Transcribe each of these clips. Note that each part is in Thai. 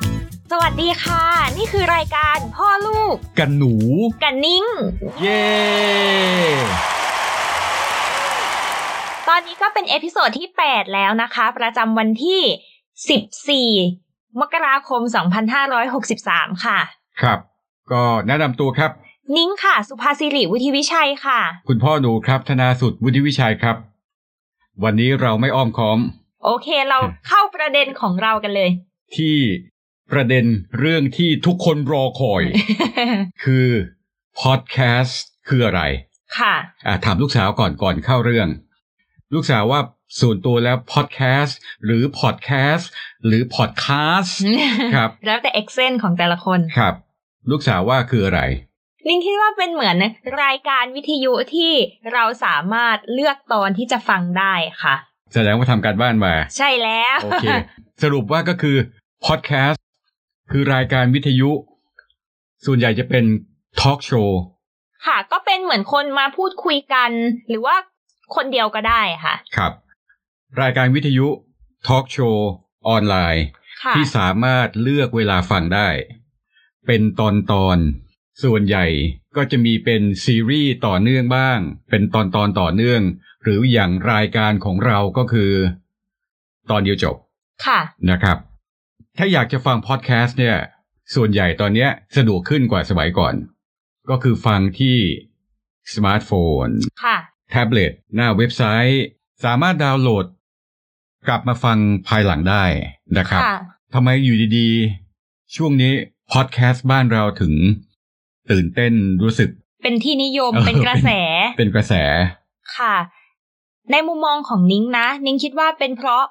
ดีค่ะ นี่คือรายการพ่อลูก กันหนู กันนิ้ง เย้ ตอนนี้ก็เป็นเอพิโซดที่ 8 แล้วนะคะ ประจำวันที่ 14 มกราคม 2563 ค่ะ ครับ ก็แนะนำตัวครับ นิ้งค่ะ สุภาสิริวุฒิวิชัยค่ะ คุณพ่อหนูครับธนาสุดวุฒิวิชัยครับ วันนี้เราไม่อ้อมค้อม โอเคเราเข้าประเด็นของเรากันเลย ที่ประเด็นเรื่องที่ทุกคนรอคอย คือพอดแคสต์คืออะไร ค่ะ อ่ะถามลูกสาวก่อนก่อนเข้าเรื่อง ลูกสาวว่าส่วนตัวแล้วพอดแคสต์หรือพอดแคสต์หรือพอดคาสต์ ครับ แล้วแต่เอ็กเซนของแต่ละคน ครับ ลูกสาวว่าคืออะไร นิ้งคิดว่าเป็นเหมือนรายการวิทยุที่เราสามารถเลือกตอนที่จะฟังได้ค่ะ แสดงว่าทำการบ้านมา ใช่แล้ว โอเค สรุปว่าก็คือพอดแคสต์คือรายการวิทยุ ส่วนใหญ่จะเป็นทอล์กโชว์ ค่ะ ก็เป็นเหมือนคนมาพูดคุยกัน หรือว่าคนเดียวก็ได้ค่ะ ครับ รายการวิทยุทอล์กโชว์ออนไลน์ ค่ะ ที่สามารถเลือกเวลาฟังได้ เป็นตอนตอนๆส่วนใหญ่ก็จะมีเป็นซีรีส์ต่อเนื่องบ้าง เป็นตอนตอนๆต่อเนื่อง หรืออย่างรายการของเราก็คือ ตอนเดียวจบ ค่ะ นะครับ ถ้าอยากจะฟังพอดแคสต์เนี่ย ส่วนใหญ่ตอนเนี้ยสะดวกขึ้นกว่าสมัยก่อน ก็คือฟังที่สมาร์ทโฟน ค่ะ แท็บเล็ต หน้าเว็บไซต์ สามารถดาวน์โหลด กลับมาฟังภายหลังได้นะครับ ค่ะ ทำไมอยู่ดีๆ ช่วงนี้พอดแคสต์บ้านเราถึง ตื่นเต้นรู้สึก เป็นที่นิยม เออ เป็นกระแส เป็นกระแส ค่ะ ในมุมมองของนิ้งนะ นิ้งคิดว่าเป็นเพราะ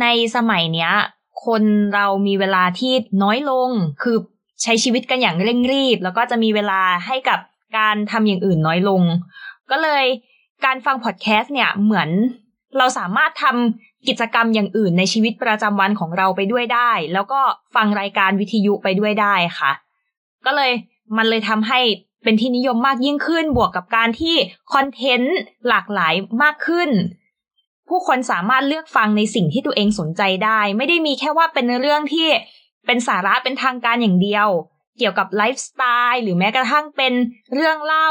ในสมัยเนี้ย คนเรามีเวลาที่น้อยลง คือใช้ชีวิตกันอย่างเร่งรีบ แล้วก็จะมีเวลาให้กับการทำอย่างอื่นน้อยลง ก็เลยการฟังพอดแคสต์เนี่ยเหมือนเราสามารถทำกิจกรรมอย่างอื่นในชีวิตประจำวันของเราไปด้วยได้ แล้วก็ฟังรายการวิทยุไปด้วยได้ค่ะ ก็เลยมันเลยทำให้เป็นที่นิยมมากยิ่งขึ้นบวกกับการที่คอนเทนต์หลากหลายมากขึ้น ผู้คนสามารถเลือกฟังในสิ่งที่ตัวเองสนใจได้ ไม่ได้มีแค่ว่าเป็นเรื่องที่เป็นสาระเป็นทางการอย่างเดียว เกี่ยวกับไลฟ์สไตล์หรือแม้กระทั่งเป็นเรื่องเล่า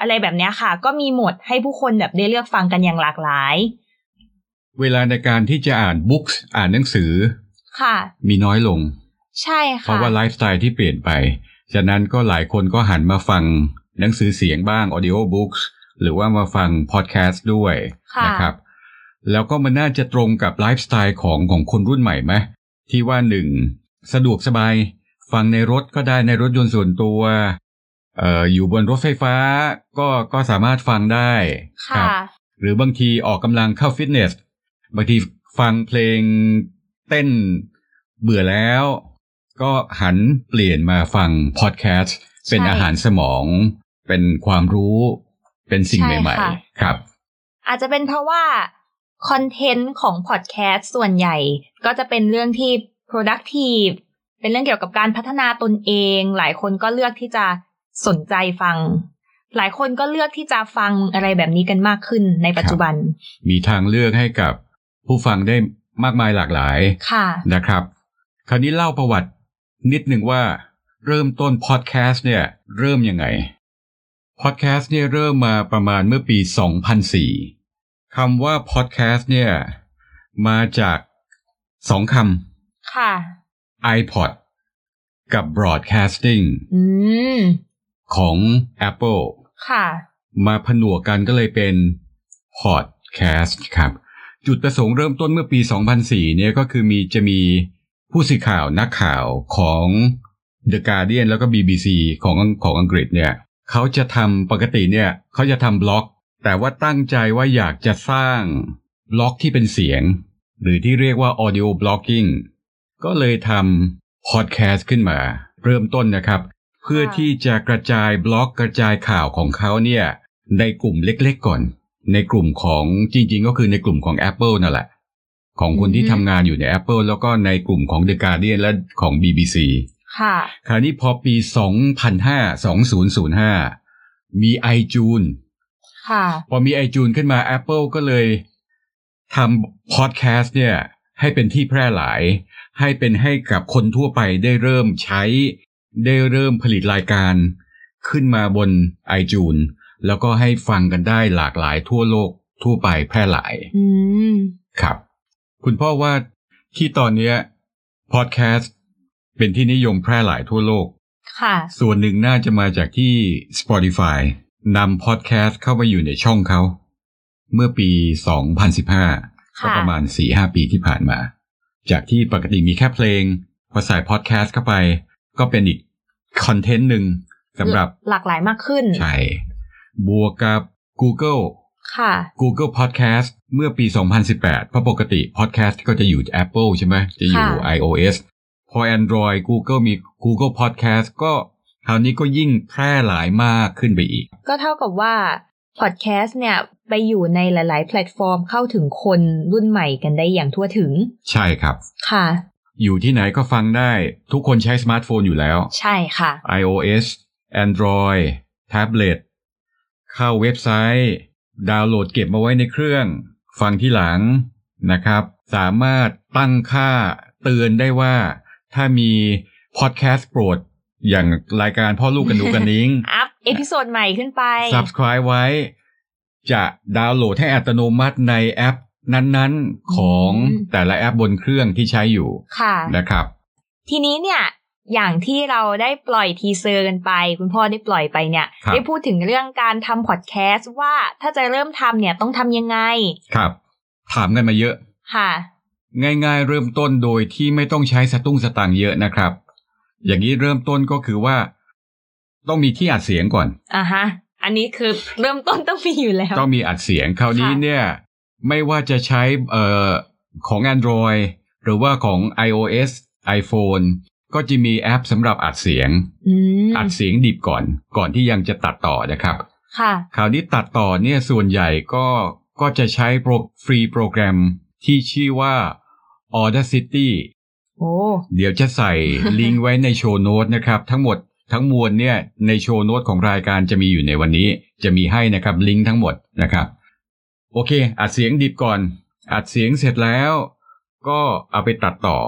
อะไรแบบเนี้ยค่ะ ก็มีหมดให้ผู้คนแบบได้เลือกฟังกันอย่างหลากหลาย เวลาในการที่จะอ่านบุ๊กอ่านหนังสือ ค่ะ มีน้อยลง ใช่ เพ ค่ะ ราะว่าไลฟ์สไตล์ที่เปลี่ยนไป จากนั้นก็หลายคนก็หันมาฟังหนังสือเสียงบ้าง audio books หรือว่ามาฟังพอดแคสต์ด้วย ค่ะ นะครับ แล้วก็มันน่าจะตรงกับไลฟ์สไตล์ของของคนรุ่นใหม่ไหมที่ว่าหนึ่งสะดวกสบาย ฟังในรถก็ได้ในรถยนต์ส่วนตัวเอ่ออยู่บนรถไฟฟ้าก็ก็สามารถฟังได้ค ค่ะ รับ หรือบางทีออกกำลังเข้าฟิตเนส บางทีฟังเพลงเต้นเบื่อแล้ว ก็หันเปลี่ยนมาฟังพอดแคสต์เป็นอาหารสมอง เป็นความรู้เป็นสิ่ง ใช่ ใหม่ ค่ะ ๆ ครับ อาจจะเป็นเพราะว่าคอนเทนต์ของพอดแคสต์ส่วนใหญ่ ก็จะเป็นเรื่องที่ productive เป็นเรื่องเกี่ยวกับการพัฒนาตนเอง หลายคนก็เลือกที่จะสนใจฟัง หลายคนก็เลือกที่จะฟังอะไรแบบนี้กันมากขึ้นในปัจจุบัน มีทางเลือกให้กับผู้ฟังได้มากมายหลากหลาย ค่ะ นะครับ คราวนี้เล่าประวัตินิดหนึ่งว่าเริ่มต้นพอดแคสต์เนี่ยเริ่มยังไง พอดแคสต์เนี่ยเริ่มมาประมาณเมื่อปี 2004 คำว่าพอดแคสต์เนี่ยมาจากสองค ค่ะ ำ iPod กับ Broadcasting อืม ของ Apple ค่ะ มาผนวกกันก็เลยเป็นพอดแคสต์ครับ จุดประสงค์เริ่มต้นเมื่อปี 2004 เนี่ยก็คือมีจะมีผู้สื่อข่าวนักข่าวของ The Guardian แล้วก็ BBC ของของอังกฤษเนี่ยเขาจะทำปกติเนี่ยเขาจะทำบล็อก แต่ว่าตั้งใจว่าอยากจะสร้างบล็อกที่เป็นเสียง หรือที่เรียกว่า audio blogging ก็เลยทำพอดแคสต์ขึ้นมา เริ่มต้นนะครับ เพื่อที่จะกระจายบล็อกกระจายข่าวของเขาเนี่ยในกลุ่มเล็กๆก่อน ในกลุ่มของจริงๆ ก็คือในกลุ่มของ Apple นั่นแหละ ของคนที่ อืม ทำงานอยู่ใน Apple แล้วก็ในกลุ่มของ The Guardian และของ BBC ค่ะ คราวนี้พอปี 2005 2005 มี iTunes ค่ะ พอมี iTunes ขึ้นมา Apple ก็เลยทำพอดแคสต์เนี่ย ให้เป็นที่แพร่หลาย ให้เป็นให้กับคนทั่วไปได้เริ่มใช้ ได้เริ่มผลิตรายการ ขึ้นมาบน iTunes แล้วก็ให้ฟังกันได้หลากหลายทั่วโลกทั่วไปแพร่หลาย อืม ครับ คุณพ่อว่าที่ตอนเนี้ยพอดแคสต์เป็นที่นิยมแพร่หลายทั่วโลก ค่ะ ส่วนหนึ่งน่าจะมาจากที่ Spotify นำพอดแคสต์เข้ามาอยู่ในช่องเขา เมื่อปี 2015 ก็ ค่ะ ประมาณ 4-5 ปีที่ผ่านมา จากที่ปกติมีแค่เพลง พอใส่พอดแคสต์เข้าไป ก็เป็นอีกคอนเทนต์หนึ่งสำหรับ หลากหลายมากขึ้น ใช่บวกกับ Google ค่ะ Google Podcast เมื่อปี 2018 เพราะปกติ Podcast ก็จะอยู่ Apple ใช่ไหม จะอยู่ ค่ะ iOS พอ Android Google มี Google Podcast ก็คราวนี้ก็ยิ่งแพร่หลายมากขึ้นไปอีก ก็เท่ากับว่า พอดแคสต์เนี่ย ไปอยู่ในหลาย ๆ แพลตฟอร์มเข้าถึงคนรุ่นใหม่กันได้อย่างทั่วถึง ใช่ครับ ค่ะ อยู่ที่ไหนก็ฟังได้ ทุกคนใช้สมาร์ทโฟนอยู่แล้ว ใช่ค่ะ iOS Android แท็บเล็ตเข้าเว็บไซต์ ดาวน์โหลดเก็บมาไว้ในเครื่อง ฟังที่หลังนะครับ สามารถตั้งค่าเตือนได้ว่า ถ้ามีพอดแคสต์โปรด อย่างรายการพ่อลูกกันหนูกันนิ้ง อัพเอพิโซดใหม่ขึ้นไป subscribe ไว้ จะดาวน์โหลดให้อัตโนมัติในแอป นั้นๆ ของ อืม แต่ละแอปบนเครื่องที่ใช้อยู่ ค่ะ นะครับ ทีนี้เนี่ย อย่างที่เราได้ปล่อยทีเซอร์กันไป คุณพ่อได้ปล่อยไปเนี่ย ครับ ได้พูดถึงเรื่องการทำพอดแคสต์ว่าถ้าจะเริ่มทำเนี่ยต้องทำยังไง ครับ ถามกันมาเยอะ ค่ะ ง่ายๆ เริ่มต้นโดยที่ไม่ต้องใช้สตุ้งสตังค์เยอะนะครับ อย่างนี้เริ่มต้นก็คือว่า ต้องมีที่อัดเสียงก่อน อ่ะฮะ อันนี้คือเริ่มต้นต้องมีอยู่แล้ว ต้องมีอัดเสียงคราวนี้ ค่ะ เนี่ย ไม่ว่าจะใช้เอ่อของ Android หรือว่าของ iOS iPhone ก็จะมีแอปสำหรับอัดเสียง อืม อัดเสียงดิบก่อน ก่อนที่ยังจะตัดต่อนะครับ ค่ะ คราวนี้ตัดต่อเนี่ยส่วนใหญ่ก็ก็จะใช้โปรฟรีโปรแกรมที่ชื่อว่า Audacity โอ้ เดี๋ยวจะใส่ ลิงก์ไว้ในโชว์โน้ตนะครับ ทั้งหมดทั้งมวลเนี่ยในโชว์โน้ตของรายการจะมีอยู่ในวันนี้ จะมีให้นะครับลิงก์ทั้งหมดนะครับ โอเค อัดเสียงดิบก่อน อัดเสียงเสร็จแล้ว ก็เอาไปตัดต่อ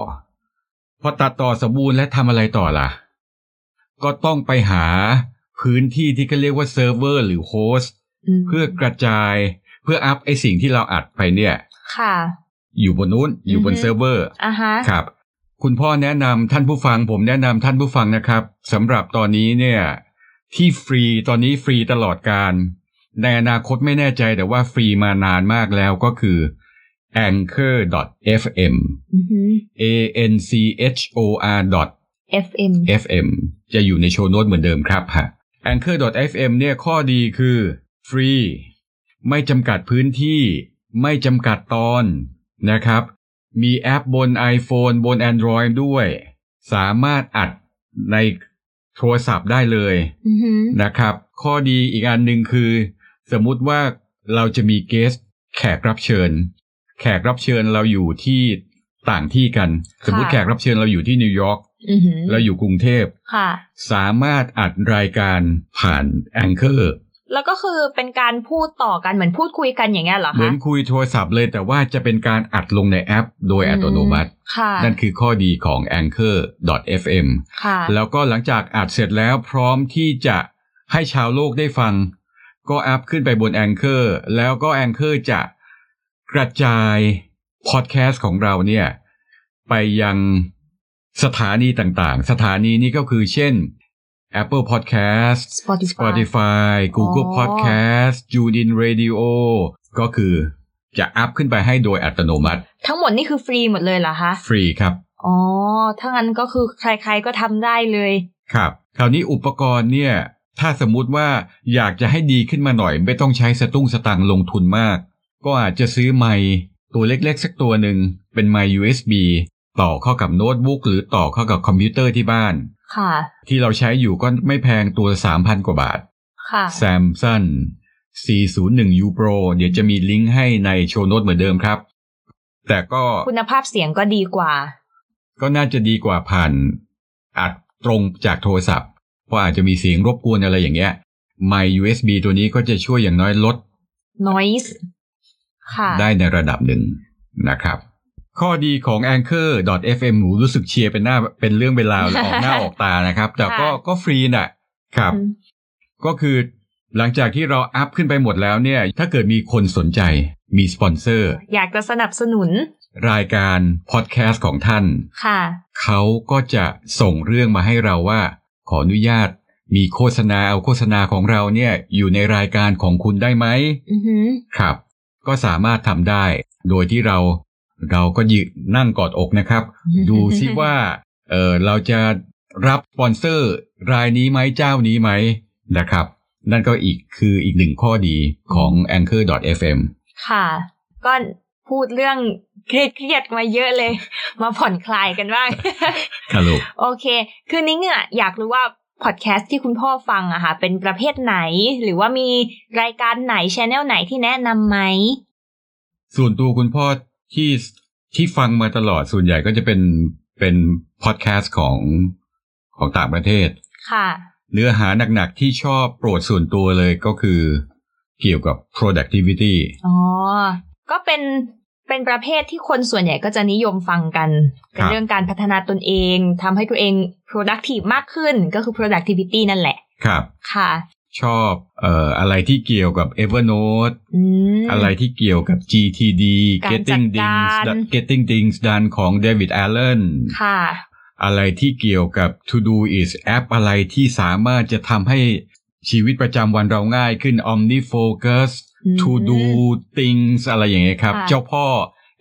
พอตัดต่อสมบูรณ์และทำอะไรต่อล่ะ ก็ต้องไปหาพื้นที่ที่เขาเรียกว่าเซิร์ฟเวอร์หรือโฮสต์ ม เพื่อกระจายเพื่ออัพไอสิ่งที่เราอัดไปเนี่ย ค่ะ อยู่บนนู้นอยู่บน อือฮึ เซิร์ฟเวอร์ อ่ะฮะ ครับ คุณพ่อแนะนำท่านผู้ฟัง ผมแนะนำท่านผู้ฟังนะครับสำหรับตอนนี้เนี่ย ที่ฟรีตอนนี้ฟรีตลอดการ ในอนาคตไม่แน่ใจแต่ว่าฟรีมานานมากแล้วก็คือ anchor.fm อือฮึ a n c h o r dot FM FM จะอยู่ในโชว์โน้ตเหมือนเดิมครับฮะ Anchor.fm เนี่ยข้อดีคือฟรี ไม่จำกัดพื้นที่ ไม่จำกัดตอนนะครับ มีแอปบน iPhone บน Android ด้วย สามารถอัดในโทรศัพท์ได้เลย อือฮึ นะครับ ข้อดีอีกอันหนึ่งคือ สมมุติว่าเราจะมีเกสแขกรับเชิญ แขกรับเชิญเราอยู่ที่ต่างที่กัน สมมติแขกรับเชิญเราอยู่ที่นิวยอร์ก อือฮึ เราอยู่กรุงเทพ ค่ะ สามารถอัดรายการผ่านแองเกอร์ แล้วก็คือเป็นการพูดต่อกันเหมือนพูดคุยกันอย่างเงี้ยเหรอ เหมือ คะ นคุยโทรศัพท์เลยแต่ว่าจะเป็นการอัดลงในแอปโดยอัตโนมัติ ค่ะ นั่นคือข้อดีของ anchor.fm ค่ะ แล้วก็หลังจากอัดเสร็จแล้วพร้อมที่จะให้ชาวโลกได้ฟัง ก็อัพขึ้นไปบน Anchor แล้วก็ Anchor จะกระจายพอดแคสต์ของเราเนี่ย ไปยังสถานีต่างๆ สถานีนี้ก็คือเช่น Apple Podcast สปอติฟาย Spotify อ๋ Google อ Podcast TuneIn Radio ก็คือจะอัพขึ้นไปให้โดยอัตโนมัติ ทั้งหมดนี่คือฟรีหมดเลยเหรอคะ ฟรีครับ อ๋อ ถ้างั้นก็คือใครๆก็ทำได้เลย ครับคราวนี้อุปกรณ์เนี่ย ถ้าสมมุติว่าอยากจะให้ดีขึ้นมาหน่อย ไม่ต้องใช้สตุ้งสตังค์ลงทุนมาก ก็อาจจะซื้อไมค์ตัวเล็กๆ สักตัวหนึ่งเป็นไมค์ USB ต่อเข้ากับโน้ตบุ๊กหรือต่อเข้ากับคอมพิวเตอร์ที่บ้าน ค่ะ ที่เราใช้อยู่ก็ไม่แพงตัว 3,000 กว่าบาท ค่ะ Samsung 401 U Pro เดี๋ยวจะมีลิงก์ให้ในโชว์โน้ตเหมือนเดิมครับ แต่ก็ คุณภาพเสียงก็ดีกว่า ก็น่าจะดีกว่าผ่านอัดตรงจากโทรศัพท์ เพราะอาจจะมีเสียงรบกวนอะไรอย่างเงี้ย My USB ตัวนี้ก็จะช่วยอย่างน้อยลด noise ค่ะ ได้ในระดับหนึ่งนะครับ ข้อดีของ anchor.fm หนูรู้สึกเชียร์เป็นหน้าเป็นเรื่องเป็นราวและออกหน้า ออกตานะครับ แต่ก็ ค่ะ ก็ฟรีน่ะ ครับ อืม ก็คือหลังจากที่เราอัพขึ้นไปหมดแล้วเนี่ย ถ้าเกิดมีคนสนใจมีสปอนเซอร์ อยากจะสนับสนุน รายการพอดแคสต์ของท่าน ค่ะ เขาก็จะส่งเรื่องมาให้เราว่า ขออนุญาตมีโฆษณาเอาโฆษณาของเราเนี่ย อยู่ในรายการของคุณได้ไหม อือหือ ครับ ก็สามารถทำได้ โดยที่เราเราก็ยืนนั่งกอดอกนะครับ ดูซิว่า เออเราจะรับสปอนเซอร์รายนี้ไหมเจ้านี้ไหมนะครับ นั่นก็อีกคืออีกหนึ่งข้อดีของ anchor.fm ค่ะ ก็พูดเรื่องเครียดเครียดๆมาเยอะเลย มาผ่อนคลายกันบ้าง ครับลูก โอเค คือนิ้งอ่ะอยากรู้ว่าพอดแคสต์ที่คุณพ่อฟังอะค่ะ เป็นประเภทไหน หรือว่ามีรายการไหนชแนลไหนที่แนะนำไหม ส่วนตัวคุณพ่อที่ที่ฟังมาตลอดส่วนใหญ่ก็จะเป็นเป็นพอดแคสต์ของของต่างประเทศ ค่ะ เนื้อหาหนักๆที่ชอบโปรดส่วนตัวเลยก็คือเกี่ยวกับ productivity อ๋อ ก็เป็นเป็นประเภทที่คนส่วนใหญ่ก็จะนิยมฟังกัน ครับ เป็นเรื่องการพัฒนาตนเองทำให้ตัวเอง productive มากขึ้นก็คือ productivity นั่นแหละ ครับ ค่ะ ชอบเอ่ออะไรที่เกี่ยวกับ Evernote อืม อะไรที่เกี่ยวกับ GTD การจัด Getting กา Things ร Done- Getting Things Done ของ David Allen ค่ะ อะไรที่เกี่ยวกับ To Do is แอปอะไรที่สามารถจะทำให้ชีวิตประจำวันเราง่ายขึ้น OmniFocus อืม To Do Things อะไรอย่างเงี้ยครับ ค่ะ เจ้าพ่อ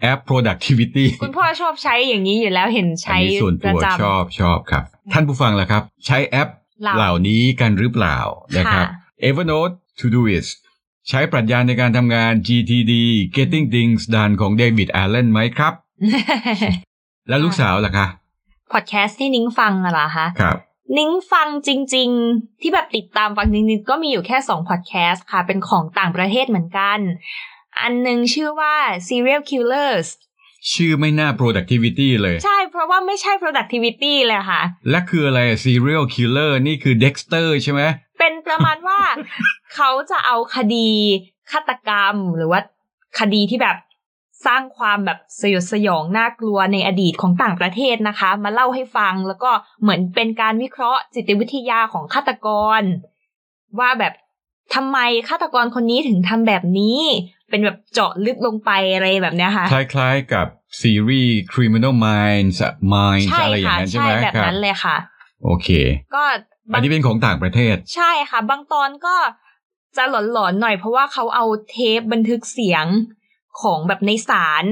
แอป productivity คุณพ่อชอบใช้อย่างนี้อยู่แล้วเห็น อัน ใช้ นี้ส่วน ป ตั ระ ว จำ ชอบชอบครับ ท่านผู้ฟังล่ะครับ ใช้แอป เรา เหล่านี้กันหรือเปล่านะครับ ค่ะ Evernote Todoist ใช้ปรัชญาในการทำงาน GTD Getting Things Done ของ David Allen ไหมครับ และลูกสาวล่ะคะ พอดแคสต์ที่นิ้งฟังอะเหรอคะ ครับ นิ้งฟังจริง ๆ ที่แบบติดตามฟังจริงๆก็มีอยู่แค่สองพอดแคสต์ค่ะ เป็นของต่างประเทศเหมือนกัน อันหนึ่งชื่อว่า serial killers ชื่อไม่น่า productivity เลย ใช่ เพราะว่าไม่ใช่ productivity เลยค่ะ และคืออะไร serial killer นี่คือ Dexter ใช่ไหม เป็นประมาณ ว่า เขาจะเอาคดีฆาตกรรม หรือว่าคดีที่แบบสร้างความแบบสยดสยองน่ากลัวในอดีตของต่างประเทศนะคะ มาเล่าให้ฟังแล้วก็เหมือนเป็นการวิเคราะห์จิตวิทยาของฆาตกร ว่าแบบทำไมฆาตกรคนนี้ถึงทำแบบนี้ เป็นแบบเจาะลึกลงไปอะไรแบบเนี้ยค่ะ คล้ายๆกับซีรีส์ Criminal Minds อะ Minds ใช่ อะไรอย่าง ค่ะ นั้นใช่ ใช่ ไหม แบบ ครับ นั้นเลยค่ะ โอเค ก็ อั บานง นี้เป็นของต่างประเทศ ใช่ค่ะ บางตอนก็จะหลอนๆหน่อยเพราะว่าเขาเอาเทปบันทึกเสียงของแบบในศาล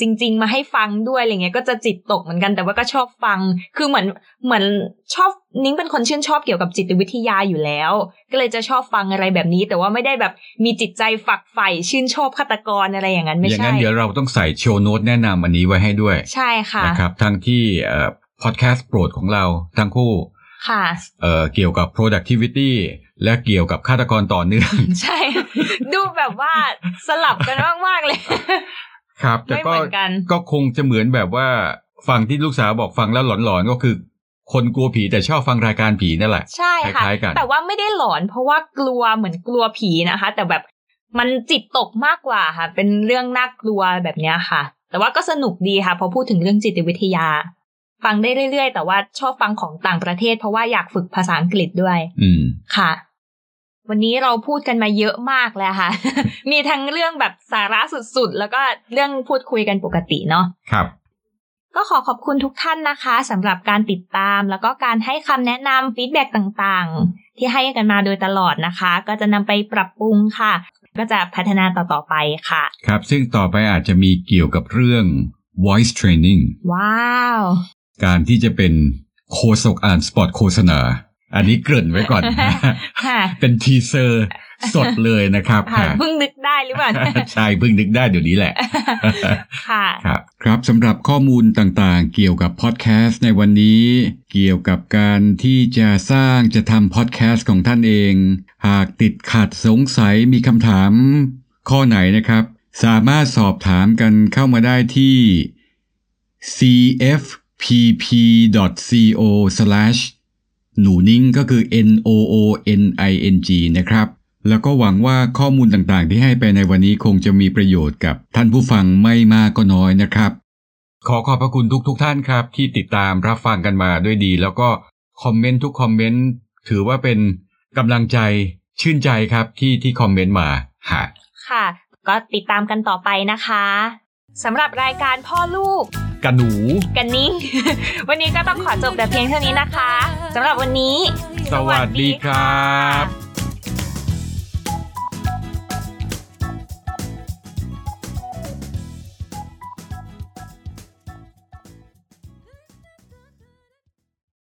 จริง ๆ มาให้ฟังด้วยอะไรเงี้ยก็จะจิตตกเหมือนกันแต่ว่าก็ชอบฟัง คือเหมือนเหมือนชอบนิ้งเป็นคนชื่นชอบเกี่ยวกับจิตวิทยาอยู่แล้ว ก็เลยจะชอบฟังอะไรแบบนี้ แต่ว่าไม่ได้แบบมีจิตใจฝักใฝ่ชื่นชอบฆาตกรอะไรอย่างนั้นไม่ อย่าง ใช่ นั้นเดี๋ยวเราต้องใส่โชว์โน้ตแนะนำอันนี้ไว้ให้ด้วย ใช่ค่ะ นะครับทั้งที่พอดแคสต์โปรดของเราทั้งคู่ ค่ะ เอ่อเกี่ยวกับ productivity และเกี่ยวกับฆาตกรต่อเนื่อง ใช่ ดูแบบว่าสลับกันมากๆเลย ครับ แต่ ไม่เห ก็ มือนกัน ก็คงจะเหมือนแบบว่าฟังที่ลูกสาวบอกฟังแล้วหลอนๆ ก็คือ คนกลัวผีแต่ชอบฟังรายการผีนั่นแหละ ใช่ค่ะ คล้ายๆกัน แต่ว่าไม่ได้หลอนเพราะว่ากลัวเหมือนกลัวผีนะคะ แต่แบบมันจิตตกมากกว่าค่ะ เป็นเรื่องน่ากลัวแบบเนี้ยค่ะ แต่ว่าก็สนุกดีค่ะพอพูดถึงเรื่องจิตวิทยา ฟังได้เรื่อยๆ แต่ว่าชอบฟังของต่างประเทศ เพราะว่าอยากฝึกภาษาอังกฤษด้วย อืม ค่ะ วันนี้เราพูดกันมาเยอะมากแล้วค่ะ มีทั้งเรื่องแบบสาระสุดๆ แล้วก็เรื่องพูดคุยกันปกติเนาะ ครับ ก็ขอขอบคุณทุกท่านนะคะสำหรับการติดตาม แล้วก็การให้คำแนะนำฟีดแบ็กต่างๆ ที่ให้กันมาโดยตลอดนะคะ ก็จะนำไปปรับปรุงค่ะ ก็จะพัฒนาต่อๆไปค่ะ ครับ ซึ่งต่อไปอาจจะมีเกี่ยวกับเรื่อง voice training ว้าว การที่จะเป็นโคศกอ่านสปอตโฆษณา อันนี้เกริ่นไว้ก่อนนะ ค่ะ เป็นทีเซอร์สดเลยนะครับ ค่ะ ค่ะ เพิ่งนึกได้หรือเป ล่า ใช่เพิ่งนึกได้เดี๋ยวนี้แหละ ค่ะ ครับครับสำหรับข้อมูลต่างๆ เกี่ยวกับพอดแคสต์ในวันนี้ เกี่ยวกับการที่จะสร้างจะทำพอดแคสต์ของท่านเอง หากติดขัดสงสัยมีคำถาม ข้อไหนนะครับ สามารถสอบถามกันเข้ามาได้ที่ cfpp.co/ หนูนิ่งก็คือ n o o n i n g นะครับ แล้วก็หวังว่าข้อมูลต่างๆ ที่ให้ไปในวันนี้คงจะมีประโยชน์กับท่านผู้ฟังไม่มากก็น้อยนะครับ ขอขอบพระคุณทุกทท่านครับ ที่ติดตามรับฟังกันมาด้วยดี แล้วก็คอมเมนต์ทุกคอมเมนต์ถือว่าเป็นกำลังใจชื่นใจครับที่ที่คอมเมนต์มาฮะ ค่ะ ก็ติดตามกันต่อไปนะคะสำหรับรายการพ่อลูก กันหนู กัน นิ่ง วันนี้ก็ต้องขอจบแต่เพียงเท่านี้นะคะสำหรับวันนี้ สวัสดีครับ